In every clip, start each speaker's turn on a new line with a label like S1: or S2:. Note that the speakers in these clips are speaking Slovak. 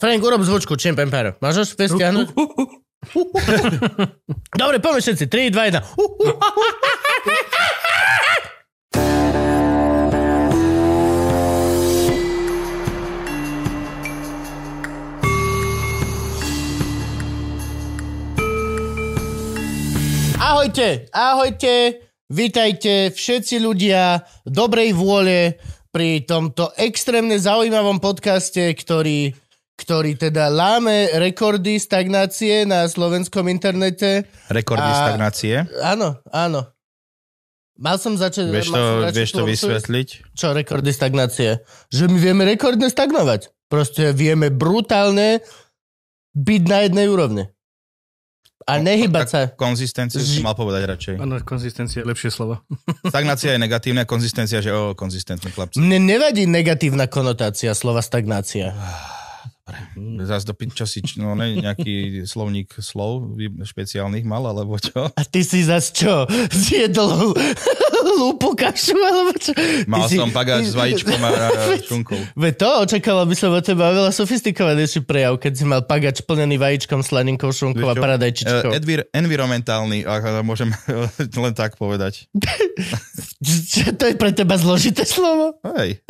S1: Frank, urob zvučku, čím pempero. Máš už fest stiahnuť? Dobre, poďme všetci. 3, 2, 1. Uh, uh. Ahojte, ahojte, vítajte všetci ľudia dobrej vôle pri tomto extrémne zaujímavom podcaste, ktorý, ktorý teda láme rekordy stagnácie na slovenskom internete.
S2: Rekordy
S1: A-
S2: stagnácie.
S1: Áno, áno. Mal som začať...
S2: Vieš
S1: mal
S2: to,
S1: som začať
S2: vieš to
S1: tú-
S2: vysvetliť?
S1: Čo, rekordy stagnácie? Že my vieme rekordne stagnovať. Proste vieme brutálne byť na jednej úrovni. A
S2: No,
S1: nehybať sa.
S2: Konzistenciu
S1: Ži-
S2: si mal povedať radšej.
S3: Áno, konzistencia je lepšie slovo.
S2: Stagnácia je negatívna, konzistencia, že o, konzistentný chlapci.
S1: Mne nevadí negatívna konotácia slova stagnácia.
S2: Zas do pin- čo si, č- no ne, nejaký slovník slov vy- špeciálnych mal, alebo čo?
S1: A ty si zas čo? Zjedol lúpu kašu, alebo čo? Ty
S2: Mal
S1: si-
S2: som
S1: ty-
S2: pagáč s vajíčkom a a
S1: Veď-
S2: šunkou.
S1: Veď to očakával by som od teba oveľa sofistikovanejší prejav, keď si mal pagač plnený vajíčkom, slaninkou, šunkou a
S2: Vieš čo?
S1: paradajčičkou.
S2: Eh, Edvir, environmentálny, ak môžem len tak povedať.
S1: Čo to je pre teba zložité slovo?
S2: Hej.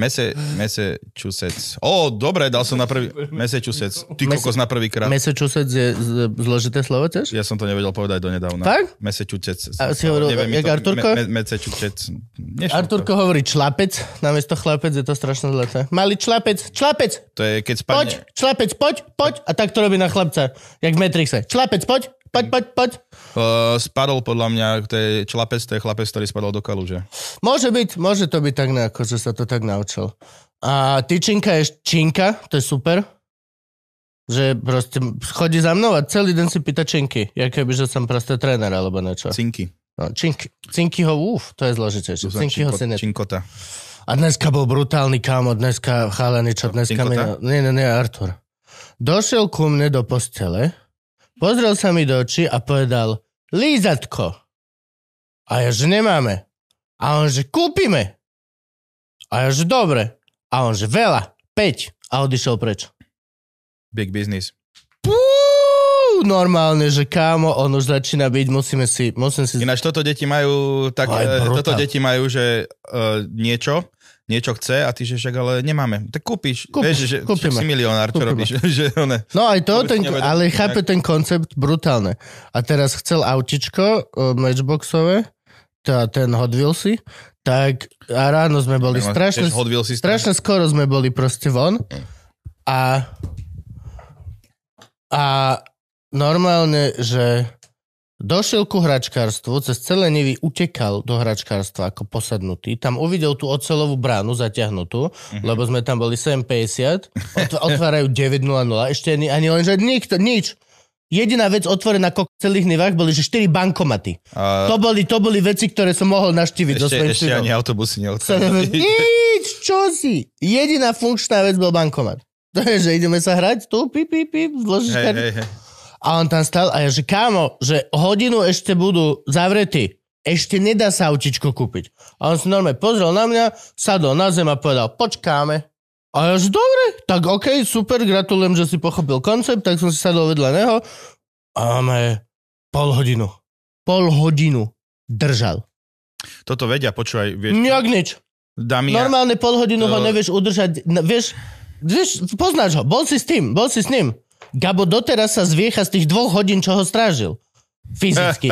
S2: Mese, Massachusetts. Ó, dobre, dal som na prvý... Massachusetts. Ty
S1: Mese-
S2: kokos na prvýkrát.
S1: Massachusetts je z- zložité slovo tiež?
S2: Ja som to nevedel povedať donedávna.
S1: Fakt?
S2: Massachusetts.
S1: A si hovoril,
S2: Neviem,
S1: jak
S2: je to-
S1: Arturko?
S2: Me, me, Massachusetts. Nešlo
S1: Arturko hovorí člapec, namiesto chlapec je to strašne zlaté. Malý člapec, člapec,
S2: To. to je, keď
S1: poď,
S2: spadne...
S1: člapec, poď, poď. A tak to robí na chlapca, jak v Matrixe. Člapec, poď, poď, poď, poď.
S2: Uh, spadol podľa mňa, to je člapec, to je chlapec, ktorý spadol do kaluže.
S1: Môže byť, môže to byť tak nejako, že sa to tak naučil. A tyčinka je činka, to je super. Že proste chodí za mnou a celý deň si pýta činky. Ja keby, že som proste tréner alebo niečo.
S2: Cinky.
S1: No, činky, cinkyho, uf, to je zložitejšie.
S2: Tu som
S1: Cinkyho
S2: činko-
S1: si ne...
S2: Činkota.
S1: A dneska bol brutálny kámo, dneska chalani, čo dneska mi...
S2: Cinkota?
S1: Nie, nie, nie, Artur. Došiel ku mne do postele, pozrel sa mi do očí a povedal, lízatko. A ja, že nemáme. A on, že kúpime. A ja, že dobre. A on, že veľa, 5. A odišiel preč.
S2: Big business.
S1: Pú, normálne, že kámo, on už začína byť, musíme si, musím si...
S2: Ináč toto deti majú, tak,
S1: Aj,
S2: eh,
S1: brutál.
S2: toto deti majú, že uh, niečo, niečo chce a ty že však ale nemáme. Tak kúpiš.
S1: Kúp-
S2: Vieš, že
S1: kúpime.
S2: však si milionár, čo
S1: Kúpime.
S2: robíš. Že, one,
S1: No aj to,
S2: Vôbec
S1: ten,
S2: nevedel,
S1: ale
S2: nejak-
S1: chápe ten koncept brutálne. A teraz chcel autičko e, matchboxové, tá, ten Hot Wheelsy, tak a ráno sme boli strašne,
S2: Hot Wheels systém.
S1: strašne skoro sme boli proste von a a normálne, že došiel ku hračkárstvu, cez celé Nivy utekal do hračkárstva ako posadnutý. Tam uvidel tú ocelovú bránu zatiahnutú,
S2: Mhm.
S1: mm-hmm. lebo sme tam boli 7.50, otv- otvárajú 9.00, ešte ani, ani len, že nikto, nič. Jediná vec otvorená ko celých Nivách boli, že 4 bankomaty.
S2: A
S1: To boli, to boli veci, ktoré som mohol naštíviť so
S2: ešte,
S1: svojím
S2: ešte
S1: synom.
S2: ani autobusy
S1: Sa neviem,
S2: neodchádzali.
S1: Nič, čo si? Jediná funkčná vec bol bankomat. To je, že ideme sa hrať, tu, pip, pip, pip, zložíš
S2: Hej,
S1: kartu.
S2: hej, hej.
S1: A on tam stal a ja, že kámo, že hodinu ešte budú zavretí. Ešte nedá sa autičko kúpiť. A on si normálne pozrel na mňa, sadol na zem a povedal, počkáme. A ja, že dobre, tak okej, super, gratulujem, že si pochopil koncept, tak som si sadol vedľa neho. A máme pol hodinu. Pol hodinu držal.
S2: Toto vedia, počúvaj, vieš,
S1: Nijak nič.
S2: Damia,
S1: Normálne pol hodinu
S2: To-
S1: ho nevieš udržať, n- vieš, vieš, poznáš ho, bol si s tým, bol si s ním. Gabo doteraz sa zviecha z tých dvoch hodín, čo ho strážil. Fyzicky.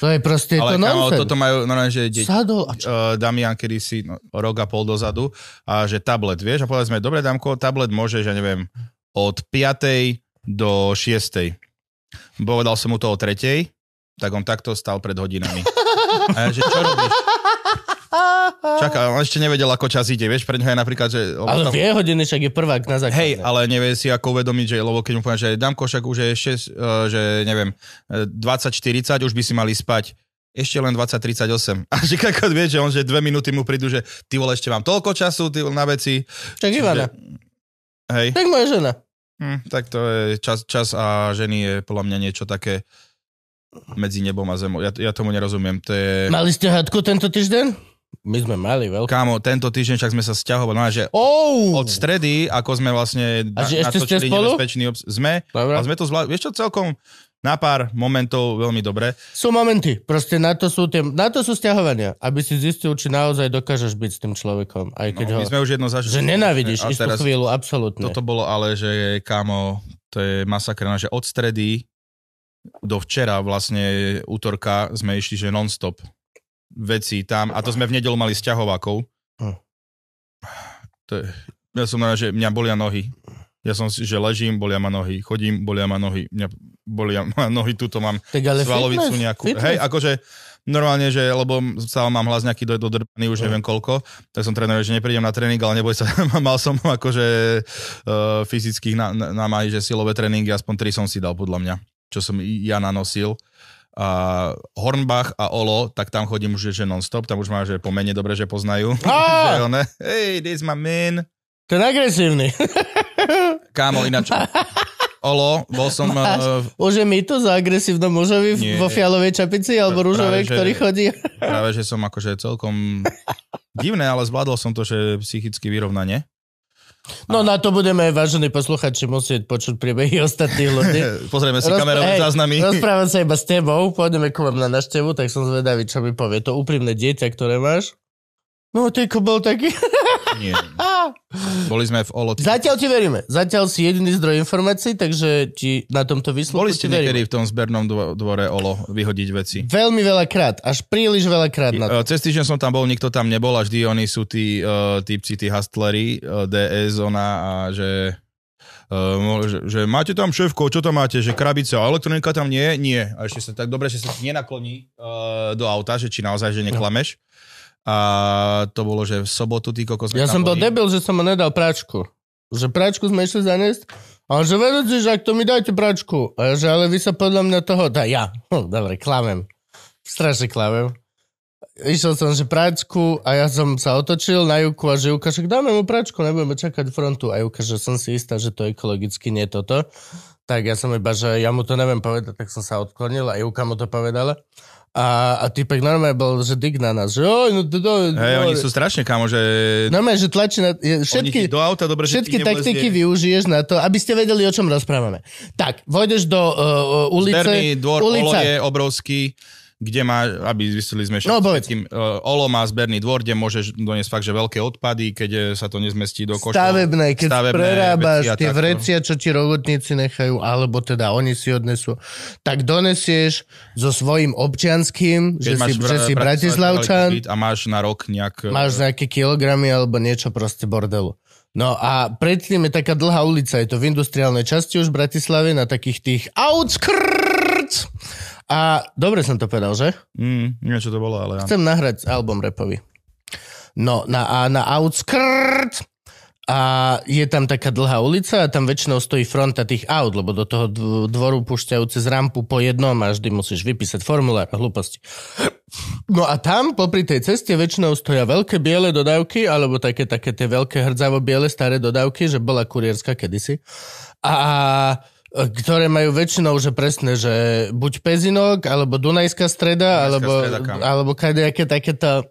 S1: To je proste,
S2: Eh, ale
S1: to
S2: kámo,
S1: nonsense.
S2: toto majú normálne, že deť,
S1: Sadol a čo?
S2: uh, Damian kedysi no, rok a pol dozadu a že tablet, vieš, a povedali sme, dobre Damko, tablet môže, že neviem, od 5. do 6. Povedal som mu to o 3. tak on takto stal pred hodinami. A ja, že čo robíš? Čaká, on ešte nevedel, ako čas ide, vieš, pre neho je napríklad, že... lebo
S1: Ale
S2: tam-
S1: vie hodiny, však je prvák na základne.
S2: Hej, ale nevie si ako uvedomiť, že, lebo keď mu poviem, že Damko však už je 6, uh, že neviem, eh, 20-40, už by si mali spať. Ešte len 20-38. A že kako vie, že on, že dve minúty mu prídu, že ty vole, ešte mám toľko času ty vole, na veci.
S1: Čak Ivana,
S2: Hej,
S1: tak moja žena.
S2: hm, tak to je čas, čas a ženy je podľa mňa niečo také medzi nebom a zemou. Ja, ja tomu nerozumiem. To je...
S1: Mali ste hadku tento týždeň? My sme mali veľké.
S2: Kámo, tento týždeň však sme sa sťahovali, no, že
S1: Oh!
S2: od stredy, ako sme vlastne
S1: A že
S2: na,
S1: ešte ste
S2: natočili
S1: spolu?
S2: nebezpečný obs- Sme,
S1: Dobre.
S2: a sme to zvládli, vieš čo, celkom na pár momentov veľmi dobre.
S1: Sú momenty, proste na to sú, tie, na to sú stiahovania, aby si zistil, či naozaj dokážeš byť s tým človekom, aj
S2: No,
S1: keď no, ho...
S2: my sme už jedno zažili.
S1: Že nenávidíš
S2: A
S1: istú
S2: teraz
S1: chvíľu, absolútne.
S2: toto bolo ale, že kámo, to je masakra, no, že od stredy do včera vlastne útorka sme išli, že non-stop veci tam, a to sme v nedelu mali sťahovákov.
S1: Hm.
S2: To je, ja som na, že mňa bolia nohy. Ja som si, že ležím, bolia ma nohy, chodím, bolia ma nohy, mňa bolia ma nohy, tuto mám
S1: Tak ale
S2: svalovicu
S1: fitness,
S2: nejakú.
S1: fitness.
S2: Hej, akože normálne, že lebo sa mám hlas nejaký do, dodrbaný, už
S1: Mm.
S2: neviem koľko, tak som tréner, že neprídem na tréning, ale neboj sa, mal som akože uh, fyzických na, na, na maj, že silové tréningy, aspoň tri som si dal podľa mňa, čo som i ja nanosil. A Hornbach a Olo, tak tam chodím už že non-stop, tam už má, že pomene dobre, že poznajú.
S1: Á!
S2: Že one, hey, this is my man.
S1: Ten agresívny.
S2: Kámo, ináč. Olo, bol som uh,
S1: Už je mýtus o agresívnom mužovi v-
S2: Nie.
S1: vo fialovej čapici alebo
S2: Práve,
S1: rúžovej,
S2: že-
S1: ktorý chodí.
S2: Práve, že som akože celkom divné, ale zvládol som to, že psychicky vyrovnanie.
S1: No na to budeme, vážení posluchači, musieť počuť príbehy ostatných ľudí.
S2: Pozrieme si
S1: Rozpr-
S2: kamerové
S1: hej,
S2: záznamy.
S1: Rozprávam sa iba s tebou, pôjdeme k vám na naštevu, tak som zvedavý, čo mi povie to úprimné dieťa, ktoré máš. No, tyko bol taký.
S2: Nie. Boli sme v Olo.
S1: Zatiaľ ti veríme. Zatiaľ si jediný zdroj informácií, takže ti na tomto výsluchu
S2: Boli
S1: ti
S2: ste
S1: veríme.
S2: niekedy v tom zbernom dvo- dvore Olo vyhodiť veci.
S1: Veľmi veľa krát, až príliš veľa krát na to.
S2: E, Cez týždeň som tam bol, nikto tam nebol a vždy oni sú tí uh, typci, tí hustleri, uh, DS, ona a že, uh, mo- že, že máte tam šéfko, čo tam máte, že krabica, a elektronika tam nie, je? nie. A ešte sa tak dobre, že sa ti nenakloní uh, do auta, že či naozaj, že neklameš. A to bolo, že v sobotu ty kokos.
S1: Ja
S2: sme tam
S1: som bol
S2: boli.
S1: debil, že som mu nedal práčku. Že práčku sme išli zaniesť. A on že vedúci, že ak to mi dajte práčku. A ja, že ale vy sa podľa mňa toho dá. Ja. Hm, dobre, klamem. Strašne klamem. Išiel som, že práčku a ja som sa otočil na Juku a že Juka, však dáme mu práčku, nebudeme čakať frontu. A Juka, že som si istá, že to ekologicky nie toto. Tak ja som iba, že ja mu to neviem povedať, tak som sa odklonil a Juka mu to povedala. A, a typek normálne bol, že dig na nás, že oj, no to... to
S2: Hej, oni
S1: dobre."
S2: sú strašne, kamo, že
S1: Normálne, že tlačí na... je- No, Všetky,
S2: oni ti do auta dobre, že
S1: všetky
S2: ti nevlezie.
S1: taktiky využiješ na to, aby ste vedeli, o čom rozprávame. Tak, vojdeš do uh, uh, ulice...
S2: Zberný dvor Olo
S1: ulica.
S2: je obrovský, kde má, aby vysvetli sme
S1: No, povedz.
S2: všetkým, uh, Olo má zberný dvor, kde môžeš doniesť fakt, že veľké odpady, keď eh, sa to nezmestí do košov.
S1: Stavebné, keď
S2: Stavebné
S1: prerábaš
S2: veci a
S1: tie
S2: takto.
S1: vrecia, čo ti robotníci nechajú, alebo teda oni si odnesú, tak donesieš so svojím občianským,
S2: Keď
S1: že si,
S2: bra-
S1: že si
S2: Bratislava-
S1: bratislavčan,
S2: byt A máš na rok nejak... eh,
S1: máš nejaké kilogramy alebo niečo proste bordelu. No a predtým je taká dlhá ulica, je to v industriálnej časti už v Bratislave, na takých tých outskirts. A dobre som to povedal, že?
S2: Mm, neviem, čo to bolo, ale áno.
S1: Chcem nahrať album repový. No, na, a na outskirt a je tam taká dlhá ulica a tam väčšinou stojí fronta tých aut, lebo do toho dv- dvoru púšťajú cez rampu po jednom a vždy musíš vypísať formulár a hlúposti. No a tam popri tej ceste väčšinou stoja veľké biele dodávky, alebo také, také tie veľké hrdzavo biele staré dodávky, že bola kurierska kedysi. A e, ktoré majú väčšinou, že presne, že buď Pezinok, alebo Dunajská streda,
S2: Dunajská
S1: alebo,
S2: streda, kámo.
S1: alebo kadejaké takéto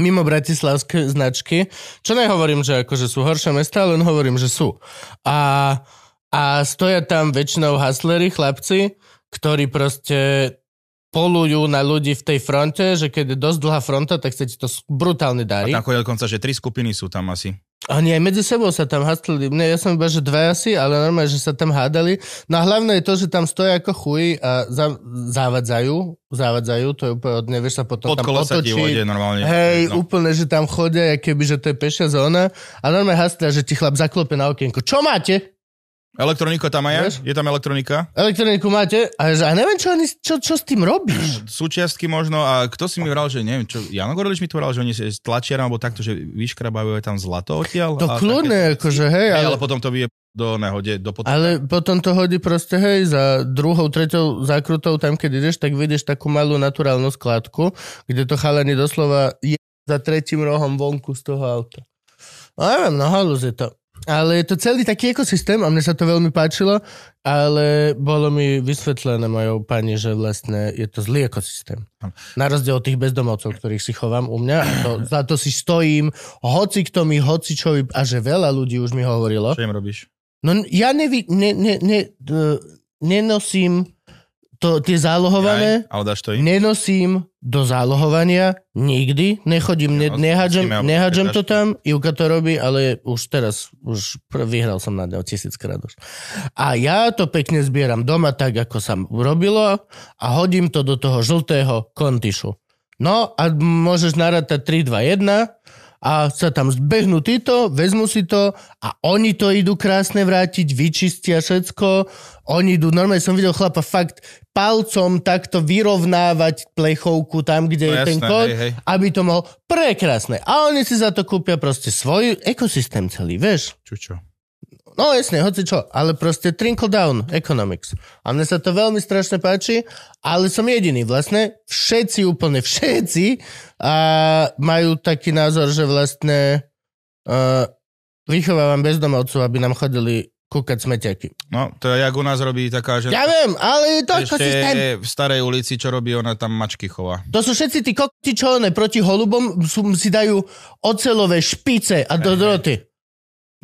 S1: mimo bratislavské značky, čo nehovorím, že akože sú horšie mesta, len hovorím, že sú. A, a stoja tam väčšinou hasleri, chlapci, ktorí proste polujú na ľudí v tej fronte, že keď je dosť dlhá fronta, tak sa ti to s- brutálne
S2: A
S1: darí.
S2: tam chodí dokonca, že tri skupiny sú tam asi.
S1: Oni aj medzi sebou sa tam hastli. Ne, ja som iba, že dve asi, ale normálne, že sa tam hádali. No a hlavné je to, že tam stoja ako chuj a za, závadzajú. Závadzajú, to je úplne, od- nevieš sa potom
S2: Pod
S1: tam
S2: kolo sa ti
S1: otočiť.
S2: vode normálne.
S1: Hej,
S2: no.
S1: úplne, že tam chodia, keby, že to je pešia zóna. A normálne hastlia, že ti chlap zaklope na okienko. Čo máte?
S2: Elektronika tam
S1: Vieš?
S2: aj? je? Je tam elektronika?
S1: Elektroniku máte? A, ja, že, a neviem, čo, oni, čo, čo s tým robíš.
S2: súčiastky možno a kto si mi vral, že neviem, čo, Jano Gorlič mi to vral, že oni si tlačia alebo takto, že vyškrabajú aj tam zlato odtiaľ.
S1: To
S2: a také-
S1: kľudne, akože, hej,
S2: Hej,
S1: ale,
S2: ale potom to vie do nehode, do pod...
S1: ale potom to hodí proste, hej, za druhou, treťou zákrutou, tam keď ideš, tak vidíš takú malú naturálnu skladku, kde to chalani doslova je za tretím rohom vonku z toho auta. No neviem, no halus je to. Ale je to celý taký ekosystém a mne sa to veľmi páčilo, ale bolo mi vysvetlené mojou pani, že vlastne je to zlý ekosystém. Na rozdiel od tých bezdomovcov, ktorých si chovám u mňa, a to, za to si stojím, hoci kto mi, hoci čo mi, a že veľa ľudí už mi hovorilo.
S2: Čo im robíš?
S1: No ja nevy, ne, ne, ne, d- nenosím to, tie zálohované.
S2: Aj, ale dáš to im?
S1: Nenosím do zálohovania nikdy, nechodím, ne,
S2: Ja,
S1: nehádžem,
S2: musíme,
S1: nehádžem to
S2: predáš to.
S1: tam, Juka to robí, ale už teraz, už pr- vyhral som na neho tisíckrát už. A ja to pekne zbieram doma tak, ako sa robilo a hodím to do toho žltého kontišu. No a môžeš narátať 3, 2, 1 a sa tam zbehnú títo, vezmu si to a oni to idú krásne vrátiť, vyčistia všetko. Oni idú, normálne som videl chlapa fakt palcom takto vyrovnávať plechovku tam, kde
S2: No
S1: je ten
S2: jasné,
S1: kód,
S2: hej, hej.
S1: aby to mohol prekrásne. A oni si za to kúpia proste svoj ekosystém celý, vieš.
S2: Čučo.
S1: No jasne, hoci čo, ale proste trinkle down economics. A mne sa to veľmi strašne páči, ale som jediný vlastne. Všetci, úplne všetci a majú taký názor, že vlastne uh, vychovávam bezdomovcov, aby nám chodili kúkať smetiaky.
S2: No, to je, jak u nás robí taká žena.
S1: Ja viem, ale je to ako systém.
S2: ešte v starej ulici, čo robí, ona tam mačky chová.
S1: To sú všetci tí kokti, čo one proti holubom sú, si dajú ocelové špice a do droty.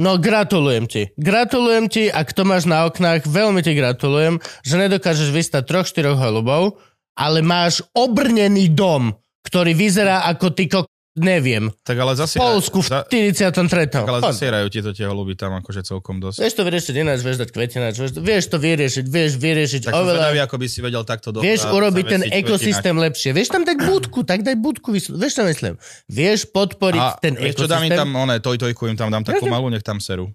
S1: No gratulujem ti. Gratulujem ti, ak to máš na oknách, veľmi ti gratulujem, že nedokážeš vystať troch, štyroch holubov, ale máš obrnený dom, ktorý vyzerá ako ty kok... neviem.
S2: Tak ale
S1: V
S2: zasierajú,
S1: Polsku v
S2: za,
S1: 43.
S2: tak ale
S1: Fakt.
S2: zasierajú ti to tie holuby tam akože celkom dosť.
S1: Vieš to vyriešiť ináč, vieš dať kvetinač, vieš, vieš to vyriešiť, vieš vyriešiť
S2: Tak som
S1: oveľa...
S2: zvedavý, ako by si vedel takto do...
S1: Vieš
S2: a-
S1: urobiť ten
S2: zavesiť
S1: ekosystém lepšie. Vieš tam dať budku, tak daj budku. vys- Vieš čo myslím? Vieš podporiť
S2: A
S1: ten
S2: vieš,
S1: ekosystém.
S2: čo dám im tam, one, toj, tojku im tam dám takú
S1: Jasne.
S2: malú, nech tam serú.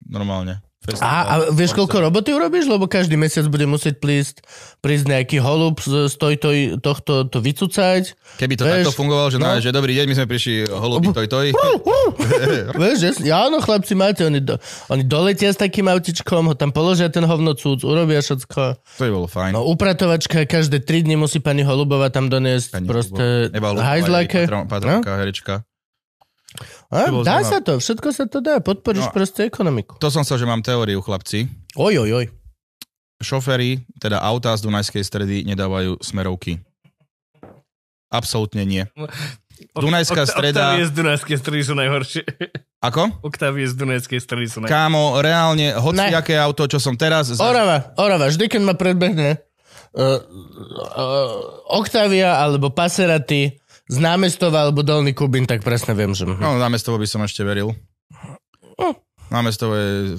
S2: Normálne.
S1: a, a vieš, koľko roboty urobíš? Lebo každý mesiac bude musieť prísť, prísť nejaký holub, z- stoj toj, tohto to vycúcať.
S2: Keby to
S1: vieš,
S2: takto fungovalo, že, no.
S1: no.
S2: že dobrý deň, my sme prišli holuby toj, toj.
S1: Vieš, že? Ja, áno, chlapci máte, oni, do, oni doletia s takým autičkom, ho tam položia ten hovnocúc, urobia všetko.
S2: To by bolo fajn.
S1: No upratovačka každé 3 dni musí pani Holubova tam doniesť
S2: Pani
S1: proste No?
S2: Hubová. Eva Hubová je
S1: hajzlake.
S2: patrón- Patronka, herečka.
S1: A,
S2: To bolo
S1: dá
S2: zaujímavé.
S1: sa to, všetko sa to dá, podporíš
S2: No a-
S1: proste ekonomiku.
S2: To som chcel, že mám teóriu, chlapci.
S1: Oj, oj, oj.
S2: Šoféry, teda autá z Dunajskej stredy nedávajú smerovky. Absolútne nie. Dunajská
S3: Okta-
S2: streda-
S3: Oktávie z Dunajskej stredy sú najhoršie.
S2: Ako?
S3: Oktávie z Dunajskej stredy sú najhoršie.
S2: Kámo, reálne, hoci aké auto, čo som teraz... za-
S1: Orava, orava, vždy keď ma predbehne uh, uh, Octavia alebo Passerati z námestova alebo Dolný Kubín, tak presne viem, že...
S2: No, námestovo by som ešte veril. Námestovo je...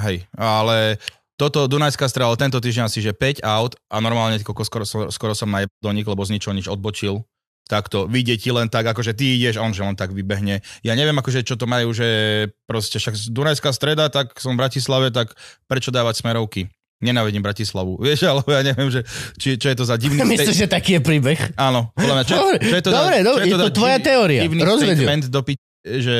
S2: Hej, ale toto Dunajská strela tento týždeň asi, že 5 aut a normálne koko, skoro, skoro som najeb do nich, lebo z ničoho nič odbočil. Takto vyjde ti len tak, akože ty ideš a on že len tak vybehne. Ja neviem, akože čo to majú, že proste však Dunajská streda, tak som v Bratislave, tak prečo dávať smerovky? Nenávidím Bratislavu. Vieš, ale ja neviem, že, či, čo je to za divný... state-
S1: Myslím, že taký je príbeh.
S2: Áno, podľa mňa. Čo,
S1: Dobre,
S2: čo je to
S1: dobre,
S2: za,
S1: dobre,
S2: čo
S1: je to
S2: za
S1: tvoja
S2: divný-
S1: teória.
S2: Divný
S1: Rozvedel.
S2: statement do pi- že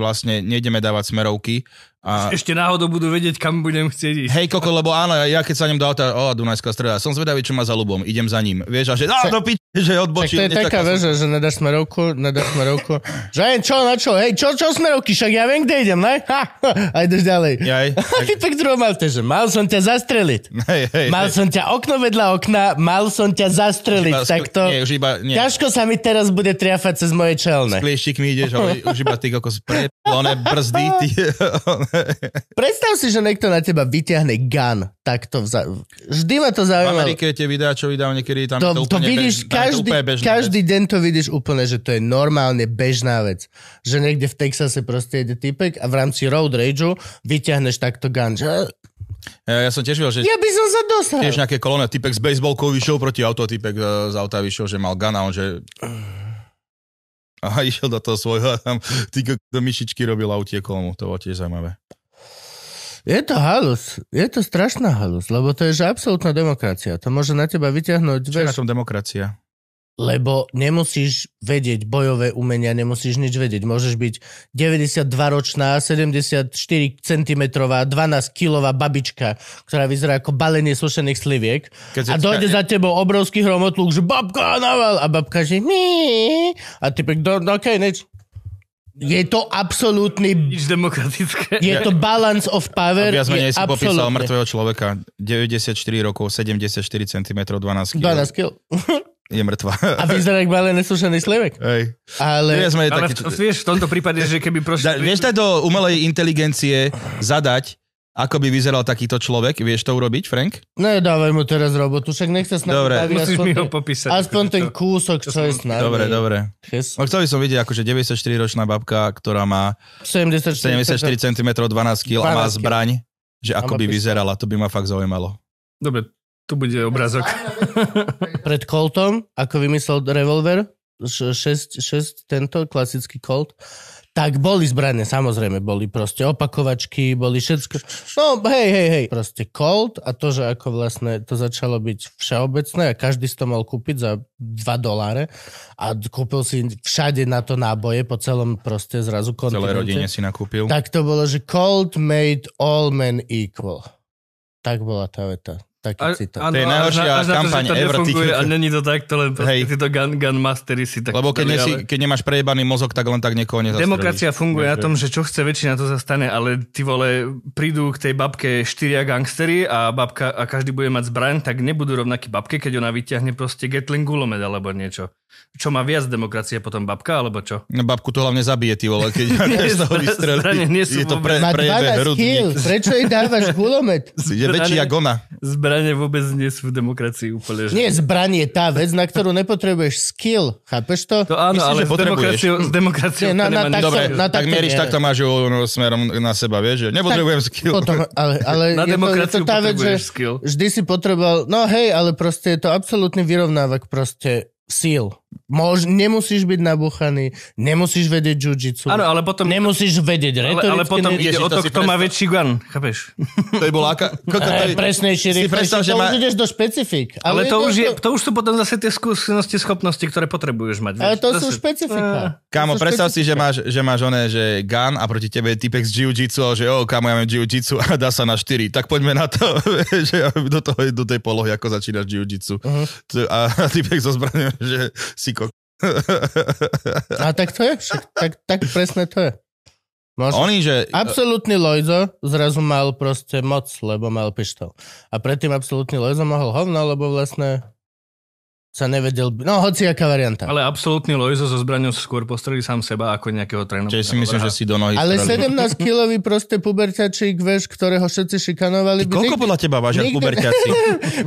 S2: vlastne nejdeme dávať smerovky. A
S3: Ešte náhodou budú vedieť, kam budem chcieť ísť.
S2: hej, koko, lebo áno, ja keď sa do auta, o, Dunajská streda, som zvedavý, čo má za ľubom, idem za ním. Vieš, a že, á,
S1: Však-
S2: do pi- že
S1: Však
S2: odbočil.
S1: to je taká
S2: nečakal som.
S1: väža, že nedáš smerovku, nedáš smerovku. Že aj čo, na čo, hej, čo, čo smerovky, však ja viem, kde idem, ne? Ha, ha, a ideš ďalej.
S2: Jaj,
S1: A ty tak druhom malte, že mal som ťa zastreliť.
S2: hej, hej,
S1: Mal
S2: hej.
S1: som ťa okno vedľa okna, mal som ťa zastreliť,
S2: Iba skl-
S1: tak to...
S2: Nie, už iba, nie.
S1: Ťažko sa mi teraz bude triafať cez moje čelné.
S2: Klieštik mi ideš, ale už iba ty kokos preploné brzdy. Ty.
S1: Predstav si, že niekto na teba vyťahne gun. Takto vza... Vždy ma to
S2: v
S1: zaujímalo.
S2: Amerike tie videá, čo vydám niekedy, tam je
S1: To, to
S2: úplne
S1: vidíš,
S2: bež- tam je to
S1: každý,
S2: úplne bežná vec.
S1: každý deň to vidíš úplne, že to je normálne bežná vec. Že niekde v Texase proste ide typek a v rámci road rageu vyťahneš takto gun. Že...
S2: Ja ja som tiež videl, že
S1: Ja by som sa dostal.
S2: Tiež nejaké kolóne, typek s baseballkou vyšiel proti auto, typek e, z auta vyšiel, že mal gun a on že... A išiel do toho svojho a tam ty ko- do myšičky robil a utiekol mu. To bolo tiež zaujímavé.
S1: Je to halus. Je to strašná halus, lebo to je že absolútna demokracia. To môže na teba vyťahnuť...
S2: Ja
S1: Vieš,
S2: som demokracia.
S1: lebo nemusíš vedieť bojové umenia, nemusíš nič vedieť. Môžeš byť 92-ročná, 74 cm, 12-kilová babička, ktorá vyzerá ako balenie sušených sliviek
S2: Keď
S1: a dojde za tebou obrovský hromotluk, že babka naval a babka že mi a ty pek, do, no okej, nič. Je to absolútny...
S3: Nič demokratické.
S1: Je to balance of power.
S2: Viac menej
S1: je
S2: si popísal
S1: absolútny.
S2: mŕtvého človeka. 94 rokov, 74 cm, 12 kg.
S1: 12 kg.
S2: Je mŕtva.
S1: A vyzerá, ako malý neslušený slivek.
S2: Hej.
S1: Ale...
S2: Viac menej
S3: Ale
S2: taký...
S3: v, vieš, v tomto prípade, že keby
S2: Da,
S3: prošli...
S2: vieš dať do umelej inteligencie zadať, ako by vyzeral takýto človek? Vieš to urobiť, Frank?
S1: Nedávaj no, mu teraz robotu, však nech sa s nami
S2: Dobre.
S1: baví
S3: musíš
S1: aspoň,
S3: mi ho
S1: ten,
S3: popísať.
S1: aspoň ten
S3: To-
S1: kúsok, čo je s nami.
S2: Dobre, dobre.
S1: Ches-
S2: No chcel by som vidieť, akože 94-ročná babka, ktorá má
S1: 74.
S2: 74 cm, 12 kg a má
S1: 12 kg.
S2: zbraň, že
S1: má
S2: ako by
S1: pištol.
S2: vyzerala, to by ma fakt zaujímalo.
S3: Dobre, tu bude obrázok.
S1: Pred Coltom, ako vymyslel revolver, 6, 6 tento klasický Colt, tak boli zbrane, samozrejme, boli proste opakovačky, boli všetko. No, hej, hej, hej. Proste Colt a to, že ako vlastne to začalo byť všeobecné a každý si to mal kúpiť za 2 doláre a kúpil si všade na to náboje po celom proste zrazu kontinente.
S2: Celé rodine si nakúpil.
S1: Tak to bolo, že Colt made all men equal. Tak bola tá veta. Taký
S3: A-
S1: citát.
S3: áno,
S2: To je
S3: až
S2: najhoršia
S3: na- až na to, že
S2: kampaň
S3: to
S2: ever,
S3: nefunguje
S2: ty-
S3: A není to tak, to len proste
S2: Hej.
S3: títo gun, gun mastery si tak...
S2: Lebo keď,
S3: dali,
S2: nesi,
S3: ale-
S2: keď nemáš prejebaný mozog, tak len tak niekoho nezastrelíš.
S3: Demokracia funguje na
S2: Takže-
S3: tom, že čo chce väčšina, to sa stane, ale ty vole, prídu k tej babke štyria gangstery a, babka, a každý bude mať zbraň, tak nebudú rovnakí babke, keď ona vyťahne proste Gatling gulomet alebo niečo. Čo má viac demokracie potom babka, alebo čo?
S2: No, Babku to hlavne zabije, ty vole, keď z toho
S3: zra-
S2: vystrelí.
S3: zbrane nie sú
S2: Je to pre,
S1: Má
S2: prejebe
S1: 12
S2: hrudník.
S1: kil. Prečo jej dávaš gulomet?
S2: Je väčší jak ona.
S3: Zbranie vôbec nie sú v demokracii úplne. Že...
S1: Nie, zbraň je tá vec, na ktorú nepotrebuješ skill. Chápeš to?
S3: To áno,
S2: Myslím, že
S3: ale s
S2: potrebuješ.
S3: demokraciou, s demokraciou
S1: Nie, na-
S3: to
S1: na
S3: nemá nič.
S1: tak-
S2: Dobre,
S1: no,
S2: tak,
S1: tak to
S2: mieríš
S1: nie.
S2: takto máš ju no, smerom na seba, vieš, že nepotrebujem skill.
S1: Potom, ale, ale je, to, je
S3: Na
S1: to
S3: demokraciu
S1: tá vec, že
S3: potrebuješ skill.
S1: vždy si potreboval, no hej, ale proste je to absolútny vyrovnávak proste síl. Môž, nemusíš byť nabúchaný, nemusíš vedieť jiu-jitsu,
S3: Áno, ale potom...
S1: nemusíš vedieť
S3: ale, ale
S1: retoricky.
S3: potom
S1: ne-
S3: ide
S2: Ježiš,
S3: o
S2: to
S3: to,
S2: si
S3: kto má
S2: predstav.
S3: väčší gun, chápeš?
S2: To je bola aká... Koko, to
S1: Aj,
S2: je...
S1: presnejší,
S2: si predstav,
S1: rýchlejší,
S2: že
S1: to
S2: má-
S1: už ideš do špecifik.
S3: Ale to už, je,
S1: ideš do-
S3: to už sú potom zase tie skúsenosti, schopnosti, ktoré potrebuješ mať.
S1: Ale
S3: vieš.
S1: to sú
S3: Zase- Eh. E,
S1: špecifika. To
S2: Kámo,
S1: sú
S2: predstav si, že
S1: špecifika.
S2: máš, že máš oné, že gun a proti tebe je typek z jiu-jitsu, a že o, kámo, ja mám jiu-jitsu a dá sa na 4. Tak poďme na to, že ja- do, toho, do tej polohy, ako začínaš jiu-jitsu.
S1: Mhm.
S2: T- A, a typek zo zbrane, že si kok.
S1: A tak to je, však, tak, tak presne to je. Máš
S2: Oni, že...
S1: Absolutný Lojzo zrazu mal proste moc, lebo mal pištol. A predtým absolútny Lojzo mohol hovno, lebo vlastne sa nevedel... No, hoci aká varianta. Ale,
S3: Ale absolútny Lojzo so zbraňou skôr postrelí sám seba ako nejakého trénera.
S2: Čiže si myslím, že si do nohy
S1: ale
S2: strelil.
S1: 17-kilový proste puberťačík, vieš, ktorého všetci šikanovali, by,
S2: Koľko
S1: nikdy,
S2: podľa teba vážia
S1: nikdy-
S2: puberťaci?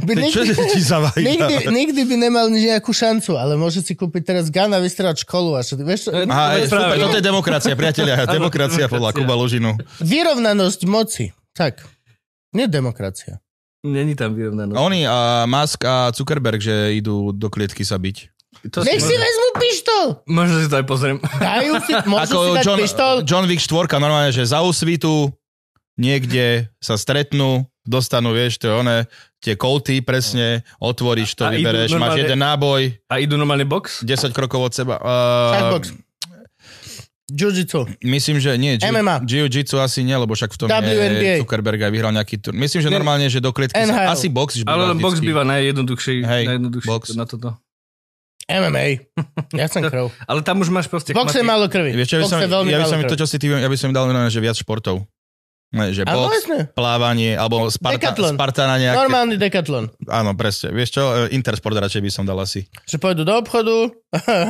S1: by
S2: Ty Čo
S1: nikdy,
S2: ti
S1: nikdy,
S2: zavajda?
S1: nikdy by nemal nejakú šancu, ale môže si kúpiť teraz gun a vystrelať školu. A všetko. vieš, čo?
S3: No,
S2: Aha, je, super,
S3: Práve.
S2: toto je demokracia, priatelia.
S3: Áno,
S2: Demokracia podľa
S3: demokracia.
S2: Kuba Lužinu.
S1: vyrovnanosť moci. Tak. Nie demokracia.
S3: Není tam vyrovnanosť.
S2: Oni, a Musk a Zuckerberg, že idú do klietky sa byť.
S3: To
S1: Nech si
S3: možno,
S1: vezmu pištol!
S3: možno si to aj pozriem.
S1: Dajú si, môžu si dať
S2: John, um,
S1: pištol?
S2: John Wick 4, normálne, že za osvitu niekde sa stretnú, dostanú, vieš, to je one, tie kolty presne, otvoríš to,
S3: A- a idú
S2: vybereš, máš
S3: normálne-
S2: jeden náboj,
S3: A idú normálny box?
S2: 10 krokov od seba. Uh,
S1: Sandbox. Jiu-jitsu.
S2: myslím, že nie, jiu-
S1: MMA.
S2: jiu-jitsu asi nie, lebo však v tom
S1: WNBA.
S2: je Zuckerberg aj vyhral nejaký tur. Myslím, že
S3: Nie.
S2: normálne, že do klietky
S1: NHL.
S2: sa, asi box, že
S3: Ale
S2: býva
S3: box
S2: vždycky.
S3: býva najjednoduchší,
S2: Hej,
S3: najjednoduchší
S2: box.
S3: na toto.
S1: MMA. Ja som krv.
S3: Ale tam už máš
S1: V
S3: proste...
S1: boxe je
S3: chmaty.
S1: málo krvi.
S2: Vieš, čo, ja by
S1: Boxe
S2: som,
S1: veľmi
S2: ja by
S1: málo
S2: som im to,
S1: krvi.
S2: čo si ty, ja by som im dal normálne, že viac športov. Ne, že
S1: Ale
S2: box,
S1: vlastne,
S2: plávanie, alebo Sparta,
S1: Decathlon.
S2: Spartana nejaké.
S1: normálny dekatlon.
S2: Áno, presne. Vieš čo, e, Intersport radšej by som dal asi.
S1: Že pôjdu do obchodu,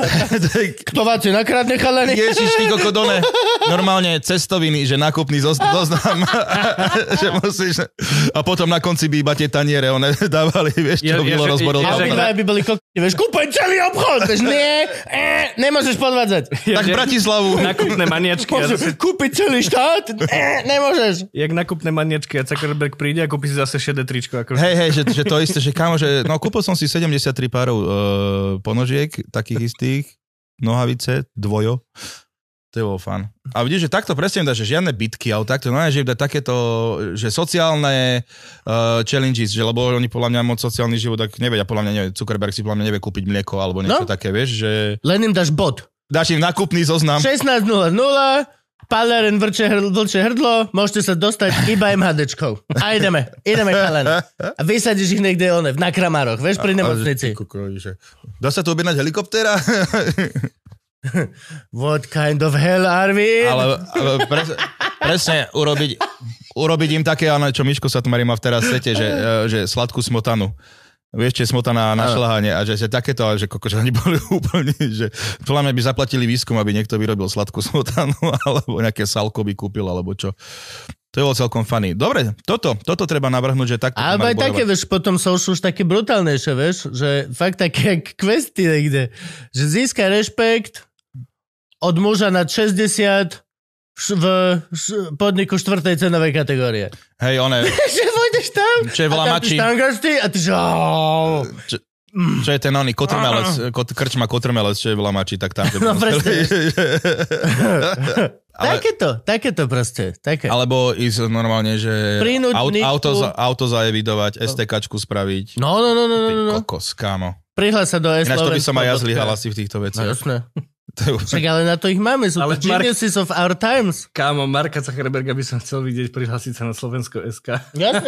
S1: kto vás je nakradne chalani?
S2: Ježiš, ty kokodone. Normálne cestoviny, že nakupný zos- zoznam. že musíš... A potom na konci by iba tie taniere one dávali, vieš,
S3: Ja-
S2: čo
S3: ja-
S2: bylo
S3: že-
S2: rozboril.
S3: ja-
S1: A
S2: tam.
S3: že-
S1: obidva by boli kokti. Vieš, kúpaj celý obchod. Vieš, nie, eh, nemôžeš podvádzať.
S2: Tak Bratislavu.
S3: Nakupné maniačky. a
S1: Môžu
S3: zase-
S1: kúpiť celý štát, eh, nemôžeš.
S3: Jak nakupné maniačky a Zuckerberg príde a kúpi si zase šedé tričko. Ako...
S2: Hej, hej, že, že to isté, že kámo, že no kúpil som si 73 párov e, ponožiek, takých istých, nohavice, dvojo. To je bol fan. A vidíš, že takto presne im dá, že žiadne bitky, ale takto, no že im dá takéto, že sociálne uh, challenges, že lebo oni podľa mňa moc sociálny život, tak nevedia, podľa mňa nevie, Zuckerberg si podľa mňa nevie kúpiť mlieko alebo
S1: No.
S2: niečo také, vieš, že
S1: Len im dáš bod.
S2: dáš im nakupný zoznam.
S1: 16.00, Paleren vrče hrdlo, vlče hrdlo, môžete sa dostať iba MHDčkou. A ideme, ideme chalani. A vysadíš ich niekde one, v nakramároch, vieš, pri
S2: A- a že-
S1: nemocnici.
S2: ty kokos, že- Dá sa tu objednať helikoptéra?
S1: What kind of hell are we? in?
S2: Ale, ale pres, presne urobiť, urobiť im také, áno, čo Miško sa tmarí má v teraz sete, že, e, že sladkú smotanu. Vieš, čo je smotana na šľahanie a že, že takéto, že koko, že oni boli úplne, že podľa mňa by zaplatili výskum, aby niekto vyrobil sladkú smotanu alebo nejaké salko by kúpil, alebo čo. To je bolo celkom funny. Dobre, toto, toto treba navrhnúť, že takto to
S1: Alebo
S2: majú
S1: aj také,
S2: bojovať.
S1: vieš, potom sú už už také brutálnejšie, vieš, že fakt také jak questy niekde, že získa rešpekt od muža na 60 v š- podniku štvrtej cenovej kategórie.
S2: Hej, one,
S1: že pôjdeš tam
S2: čo
S1: a tam ty
S2: je vlamači,
S1: štangáš ty a ty že... "Au."
S2: čo je ten oný kotrmelec, kot, krčma kotrmelec, čo je vlamači, tak tam.
S1: No presne. Takéto, takéto proste, také.
S2: Alebo ísť normálne, že
S1: Prinúť
S2: aut,
S1: Nikku.
S2: auto, za, auto zaevidovať, STKčku spraviť.
S1: No, no, no, no,
S2: Ty
S1: no, no.
S2: kokos, kámo.
S1: Prihlás sa do S
S2: Ináč to by som aj ja
S1: Slovensko.
S2: zlyhal asi v týchto
S1: No
S2: veciach.
S1: jasné.
S2: To je úplne-
S1: Však ale na to ich máme, sú ale
S3: Ale
S1: to
S3: Mark-
S1: geniuses of our times.
S3: Kámo, Marka Zuckerberga by som chcel vidieť prihlásiť sa na Slovensko SK.
S1: Jasné.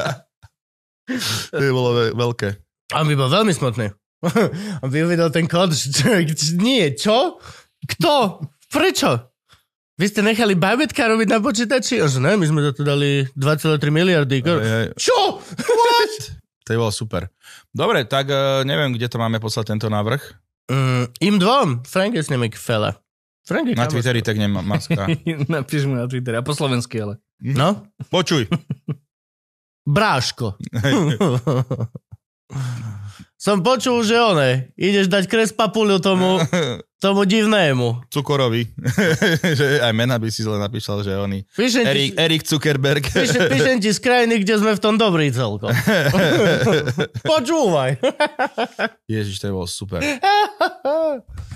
S2: to by bolo ve- veľké.
S1: A on by bol veľmi smutný. on by uvedel ten kód, že čo- čo- nie, čo? Kto? Prečo? Vy ste nechali babetka robiť na počítači? A že ne, my sme za to dali 2,3 miliardy.
S2: Hej,
S1: Ko-
S2: hej.
S1: čo?
S2: To by bolo super. Dobre, tak eh, neviem, kde to máme poslať tento návrh.
S1: Mm, im dvom. Frank je s nimi fela. Frank je kamoš.
S2: Na Twitteri tak nemá maska.
S3: Napíš mu na Twitter, a po slovensky ale.
S1: No.
S2: Počuj.
S1: Bráško. Som počul, že one, ideš dať kres papuľu tomu, tomu divnému.
S2: Cukorovi. že aj mena by si zle napísal, že oni.
S1: Píšem ti,
S2: Erik, Erik Zuckerberg.
S1: píšem, píšem ti z krajiny, kde sme v tom dobrí celkom. Počúvaj.
S2: Ježiš, to je bolo super.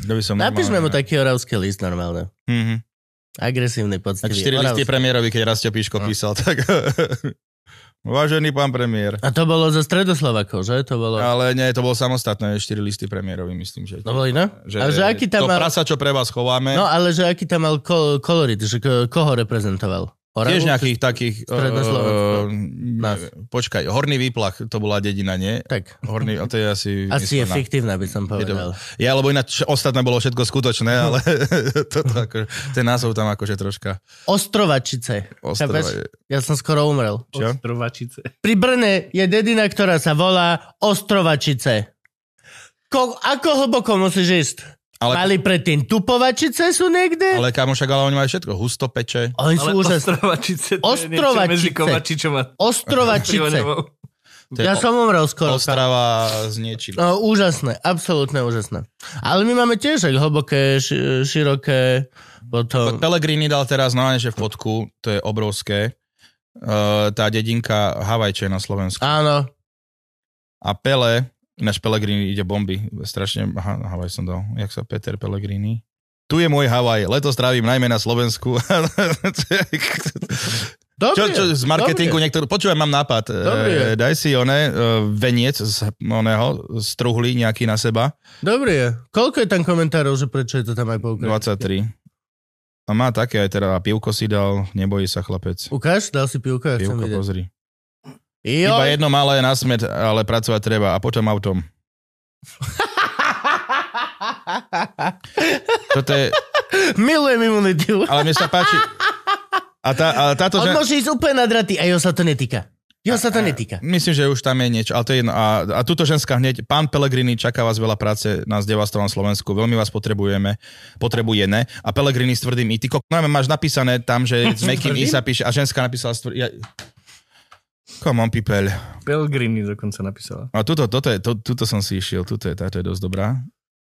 S2: To by som
S1: Napíšme mu
S2: normálne-
S1: taký oravský list normálne.
S2: Mhm.
S1: Agresívny,
S2: Tak
S1: poctivý.
S2: štyri listy
S1: oravský.
S2: premiérovi, keď Rastio Píško písal, tak... Vážený pán premiér.
S1: A to bolo zo Stredoslovakov, že? To bolo...
S2: Ale nie, to bolo samostatné, štyri listy premiérovi, myslím, že...
S1: To bolo iné? No, A že aký tam mal...
S2: to prasa, čo pre vás chováme,
S1: No ale že aký tam mal ko- kolorit, že ko- koho reprezentoval? Oravu?
S2: tiež nejakých takých...
S1: Stredoslovensko.
S2: eh, eh,
S1: Nás.
S2: počkaj, Horný výplach, to bola dedina, nie?
S1: Tak.
S2: Horný, a to je asi...
S1: Asi je
S2: vymyslená.
S1: fiktívna, by som
S2: Je to-
S1: povedal.
S2: Ja, lebo ináč ostatné bolo všetko skutočné, ale toto akože, ten názov tam akože troška
S1: Ostrovačice.
S2: ostrova
S1: Chápeš?
S2: je.
S1: Ja som skoro umrel.
S2: Čo?
S3: Ostrovačice.
S1: Pri Brne je dedina, ktorá sa volá Ostrovačice. Ko- ako hlboko musíš ísť?
S2: Ale,
S1: Mali predtým Tupovačice sú niekde?
S2: ale kámo, však, ale oni majú všetko. Husto peče.
S1: Oni sú
S3: Ale
S1: úžasné.
S3: Ostrovačice, to je niečo
S1: Ostrovačice.
S3: medzi Kovačičom a
S1: Ostrovačice.
S3: Trivanevou.
S2: To je
S1: Ja som umrel skoro.
S2: Ostrava s niečím.
S1: No, úžasné, absolútne úžasné. Ale my máme tiež tak hlboké, ši- široké, potom...
S2: Pellegrini dal teraz na že fotku, to je obrovské. Eh, tá dedinka Havajče na Slovensku. A,
S1: Áno,
S2: a Pele, ináč Pellegrini ide bomby. Strašne, aha, Havaj som dal. Jak sa Peter Pellegrini? Tu je môj Havaj. Leto strávim najmä na Slovensku.
S1: dobre.
S2: čo, čo z marketingu niektorú... Počúvaj, mám nápad.
S1: Dobrý je.
S2: Eh, Daj si one, eh, veniec z oného, z truhly nejaký na seba.
S1: Dobre je. Koľko je tam komentárov, že prečo je to tam aj poukázané?
S2: 23. A má také aj teda. A pivko si dal, nebojí sa chlapec.
S1: Ukáž, dal si pivko, ja chcem
S2: Pivko,
S1: vidieť.
S2: pozri.
S1: Jo,
S2: Iba jedno malé na smet, ale pracovať treba. A potom autom. Toto je,
S1: Milujem imunitu.
S2: ale mne sa páči... A, tá, a táto
S1: On
S2: žena...
S1: môže ísť úplne na draty a jo sa to netýka. Jo sa to netýka.
S2: Myslím, že už tam je niečo, ale to je jedno. A, a túto ženská hneď, pán Pelegrini, čaká vás veľa práce na zdevastovanom Slovensku, veľmi vás potrebujeme, potrebujeme. A Pelegrini s tvrdým i, ty kok... no, máš napísané tam, že s mekým i sa píše, a ženská napísala s tvrdým... Ja... Come on, people.
S3: Pelgrini dokonca napísala.
S2: A tuto, toto je, to, tuto som si išiel, tuto je, táto je dosť dobrá.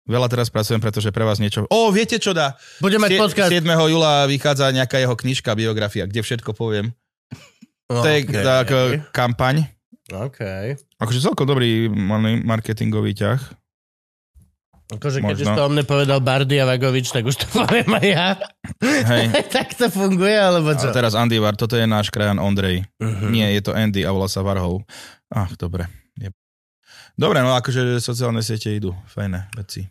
S2: Veľa teraz pracujem, pretože pre vás niečo... Ó, viete, čo dá?
S1: Budeme mať podcast.
S2: 7. júla vychádza nejaká jeho knižka, biografia, kde všetko poviem.
S1: No,
S2: To je
S1: okej.
S2: tak, eh, kampaň.
S1: Okej.
S2: Akože celkom dobrý man- marketingový ťah.
S1: Akože keď
S2: Možno.
S1: už to o mne povedal Bardy a Vagovič, tak už to poviem aj ja.
S2: Hej.
S1: tak to funguje, alebo
S2: A
S1: čo?
S2: teraz Andy Var, toto je náš krajan Ondrej.
S1: Mhm.
S2: Nie, je to Andy a volá sa Varhov. Ach, dobre. Je- Dobre, no akože sociálne siete idú. Fajné veci.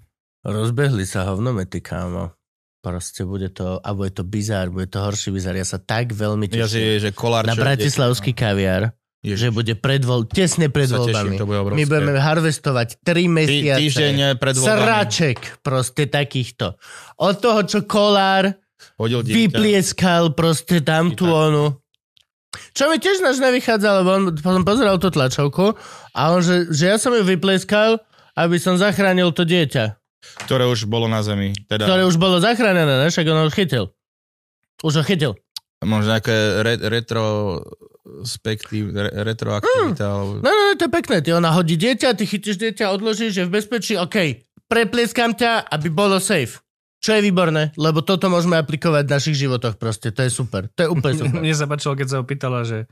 S1: Rozbehli sa hovnomety, kámo. Proste bude to, a bude to bizár, bude to horší bizár. Ja sa tak veľmi
S2: Ja si,
S1: teším.
S2: že kolár...
S1: Na
S2: čo-
S1: bratislavský kaviár. že bude predvol, tesne pred
S2: Sa
S1: voľbami.
S2: teším, to bude obrovské.
S1: My budeme harvestovať 3
S2: Tý,
S1: mesiace.
S2: týždeň pred voľbami
S1: Sraček proste takýchto. Od toho, čo kolár
S2: hodil dieťa.
S1: vyplieskal proste tam tú
S2: tak.
S1: onu. Čo mi tiež náš nevychádza, lebo on potom pozeral tú tlačovku a on, že, že ja som ju vyplieskal, aby som zachránil to dieťa,
S2: Ktoré už bolo na zemi. Teda,
S1: ktoré už bolo zachránené, ne? však on ho chytil. Už ho chytil.
S2: Možno nejaké re, retrospektív, re, retroaktivita. Alebo...
S1: No, no, no, to je pekné. Ty ona hodí dieťa, ty chytíš dieťa, odložíš, je v bezpečí, OK, preplieskam ťa, aby bolo safe. Čo je výborné, lebo toto môžeme aplikovať v našich životoch proste. To je super. To je úplne super.
S3: Mne sa páčilo, keď sa ho pýtala, že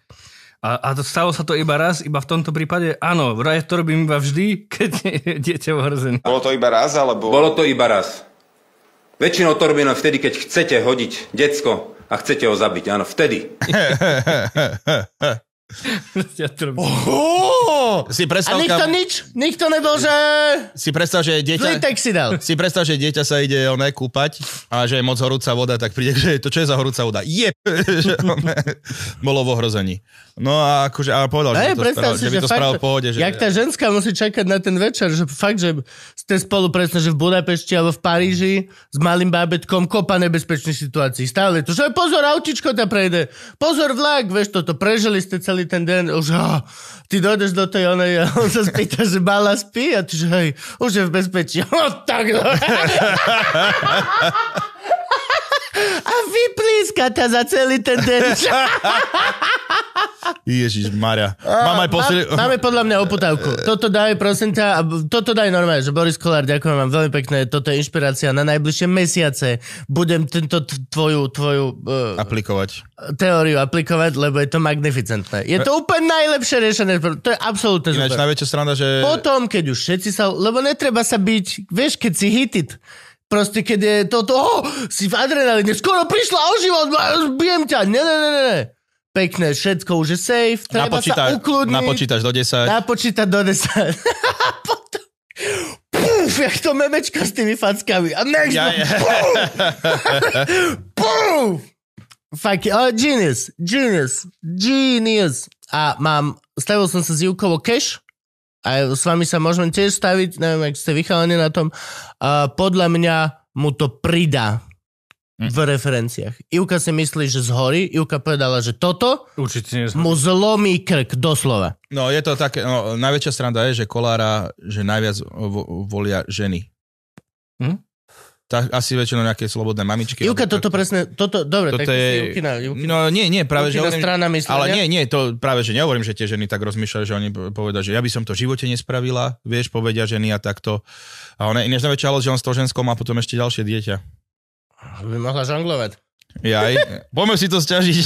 S3: a, a to, stalo sa to iba raz, iba v tomto prípade? Áno, vraj to robím iba vždy, keď je dieťa ohrozené.
S4: Bolo to iba raz, alebo...
S5: Bolo to iba raz. Väčšinou to robíme vtedy, keď chcete hodiť decko a chcete ho zabiť. Áno, vtedy.
S3: Ja to robím.
S2: Si
S1: A
S2: predstav,
S1: nikto
S2: kam,
S1: nič? Nikto nebol, že...
S2: si predstav, že
S1: Zlý
S2: dieťa...
S1: tak si dal.
S2: Si predstav, že dieťa sa ide oné kúpať a že je moc horúca voda, tak príde, že to čo je za horúca voda? Je! že oné bolo v ohrození. No a akože, a povedal,
S1: No
S2: že,
S1: je,
S2: by to
S1: predstav
S2: spravil,
S1: si,
S2: že by
S1: že
S2: to spravil
S1: fakt,
S2: v pohode. Že...
S1: jak tá ženská musí čakať na ten večer, že fakt, že ste spolu presne, že v Budapešti alebo v Paríži s malým bábetkom kopa nebezpečných situácií. Stále to, že pozor, autičko ta prejde, pozor, vlak, vieš toto, prežili ste celý ten deň, už oh, ty dojdeš do tej onej a on sa spýta, že bala spí a ty, že hej, už je v bezpečí. Oh, tak, no. A vyplíska ťa za celý ten deň.
S2: Ježiš, Maria.
S1: Ah,
S2: Mám aj posili...
S1: Má- Máme podľa mňa oputávku. Toto daj, prosím ťa, a b- toto daj normálne, že Boris Kolár, ďakujem vám veľmi pekne, toto je inšpirácia na najbližšie mesiace. Budem tento t- tvoju, tvoju uh,
S2: aplikovať.
S1: teóriu aplikovať, lebo je to magnificentné. Je to úplne najlepšie riešenie, to je absolútne
S2: Eh. Ináč
S1: super.
S2: najväčšia sranda, že...
S1: Potom, keď už všetci sa... Lebo netreba sa byť... Vieš, keď si hitit. Proste, keď je toto... Oh, si v adrenalíne. Skoro prišla o život. Bijem ťa. Ne, ne, ne, ne, ne. Pekné, všetko už je safe. Treba
S2: napočíta,
S1: sa ukludniť.
S2: napočítaš do 10.
S1: Napočítať do 10. A potom... Puf, jak to memečko s tými fackami. A next
S2: Ja,
S1: ja,
S2: ja.
S1: Puf! Fuck, oh, genius, genius, genius. A mám, stavil som sa s Jukovo cash, a s vami sa môžeme tiež staviť, neviem, ak ste vychalení na tom. A podľa mňa mu to pridá v
S2: Hm.
S1: referenciách. Ivka si myslí, že zhorí. Ivka povedala, že toto
S3: Určite nie som.
S1: mu zlomí krk, doslova.
S2: No je to také, no, najväčšia sranda je, že kolára, že najviac vo, volia ženy.
S3: Hm?
S2: Tak asi väčšinou nejaké slobodné mamičky.
S1: Ivka
S2: alebo
S1: toto
S2: tak-
S1: presne, toto, dobre,
S2: Toto
S1: tak ty si
S2: je-
S1: Ivkina, Ivkina,
S2: No nie, nie, práve že...
S1: Ivkina
S2: hovorím,
S1: strana myslenia.
S2: Ale nie, nie, to práve, že nehovorím, že tie ženy tak rozmýšľajú, že oni povedia, že ja by som to v živote nespravila, vieš, povedia ženy a takto. A ona ináč najväčšia ale, že on s tou ženskou má potom ešte ďalšie dieťa.
S1: By mohla žonglovať.
S2: Jaj, poďme si to sťažiť.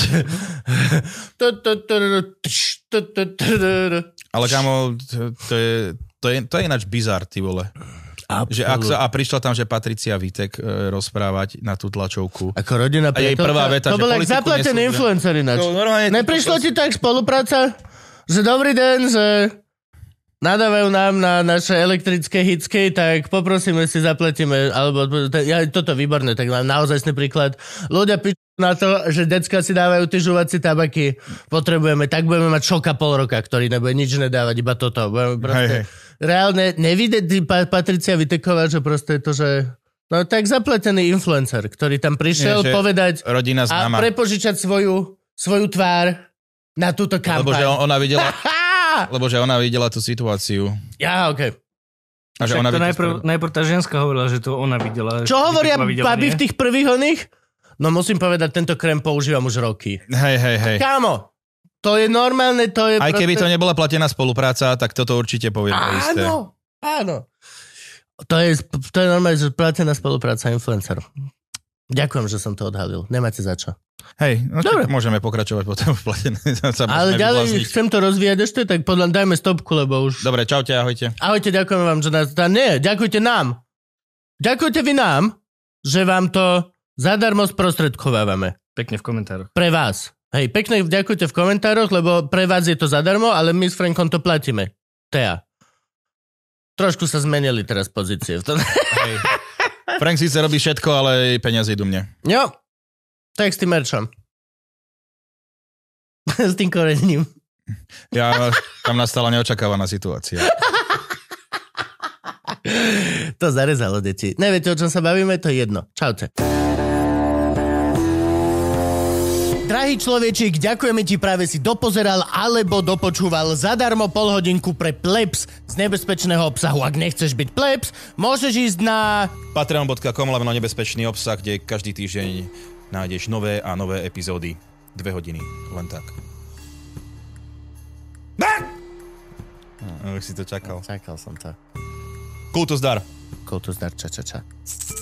S1: Tu, tu, tu, tu, tš, tu, tu, tu, tu, tu.
S2: Ale kamo, to, to, je, to, je, to je ináč bizar, ty vole. Že ak sa, a prišla tam, že Patricia Vitek e, rozprávať na tú tlačovku.
S1: Ako rodina
S2: A jej
S1: priateľka.
S2: prvá veta,
S1: To
S2: že
S1: bol jak
S2: politiku
S1: zaplatený
S2: nesú-
S1: influencer ináč.
S2: To normálne-
S1: Neprišlo ti tak spolupráca? Že dobrý deň, že nadávajú nám na naše elektrické hitky, tak poprosíme si, zaplatíme, alebo t- ja, toto je výborné, tak mám naozajstný príklad. Ľudia pičú na to, že decka si dávajú tie žuvacie tabaky, potrebujeme, tak budeme mať šoka pol roka, ktorý nebude nič nedávať, iba toto. Budeme proste,
S2: Hej, hej.
S1: Reálne, nevidieť ty, pa, Patricia Viteková, že proste je to, že... No tak zapletený influencer, ktorý tam prišiel
S2: Nie, že-
S1: povedať, a
S2: Rodina známa.
S1: prepožičať svoju, svoju tvár na túto
S2: No, Lebo že
S1: kampaň.
S2: on- ona videla,
S1: Á!
S2: lebo že ona videla tú situáciu.
S1: Ja, okay.
S2: A že
S3: Však
S2: ona by
S3: to
S2: to
S3: najprv,
S2: spravila.
S3: najprv tá ženská hovorila, že to ona videla.
S1: Čo
S3: že
S1: hovoria
S3: Viteková videla,
S1: baby
S3: nie?
S1: v tých prvých oných? No musím povedať, tento krém používam už roky.
S2: Hej, hej, hej.
S1: Kámo, to je normálne, to je
S2: Aj
S1: proste...
S2: keby to nebola platená spolupráca, tak toto určite poviem to isté.
S1: Áno, áno. To je, to je normálne, že platená spolupráca influencerov. Ďakujem, že som to odhalil. Nemáte za čo.
S2: Hej, no
S1: Dobre.
S2: Dobre. môžeme pokračovať potom v platené. Sa
S1: Ale
S2: môžeme
S1: ďalej
S2: vyblázniť.
S1: chcem to rozvíjať ešte, tak podľa dajme stopku, lebo už...
S2: Dobre, čaute, ahojte.
S1: Ahojte, ďakujem vám, že nás... tá- Nie, ďakujte nám. Ďakujte vy nám, že vám to zadarmo sprostredkovávame.
S3: Pekne v komentároch.
S1: Pre vás. Hej, pekne ďakujte v komentároch, lebo pre vás je to zadarmo, ale my s Frankom to platíme. Tea. Trošku sa zmenili teraz pozície. v tom.
S2: Hej. Frank síce robí všetko, ale jej peniaze idú mne.
S1: jo. Texty merčom. S tým korením.
S2: Ja, tam nastala neočakávaná situácia.
S1: To zarezalo, deti. Neviete, o čom sa bavíme, to je jedno. Čaute. Drahý človečik, ďakujeme ti, práve si dopozeral alebo dopočúval zadarmo pol hodinku pre plebs z nebezpečného obsahu. Ak nechceš byť plebs, môžeš ísť na...
S2: Patreon.com, lebo nebezpečný obsah, kde každý týždeň nájdeš nové a nové epizódy. Dve hodiny, len tak. Ah! Už si to čakal. Hm,
S1: Čakal som to.
S2: Kultus dar.
S1: Koto zdar, ča, ča, ča.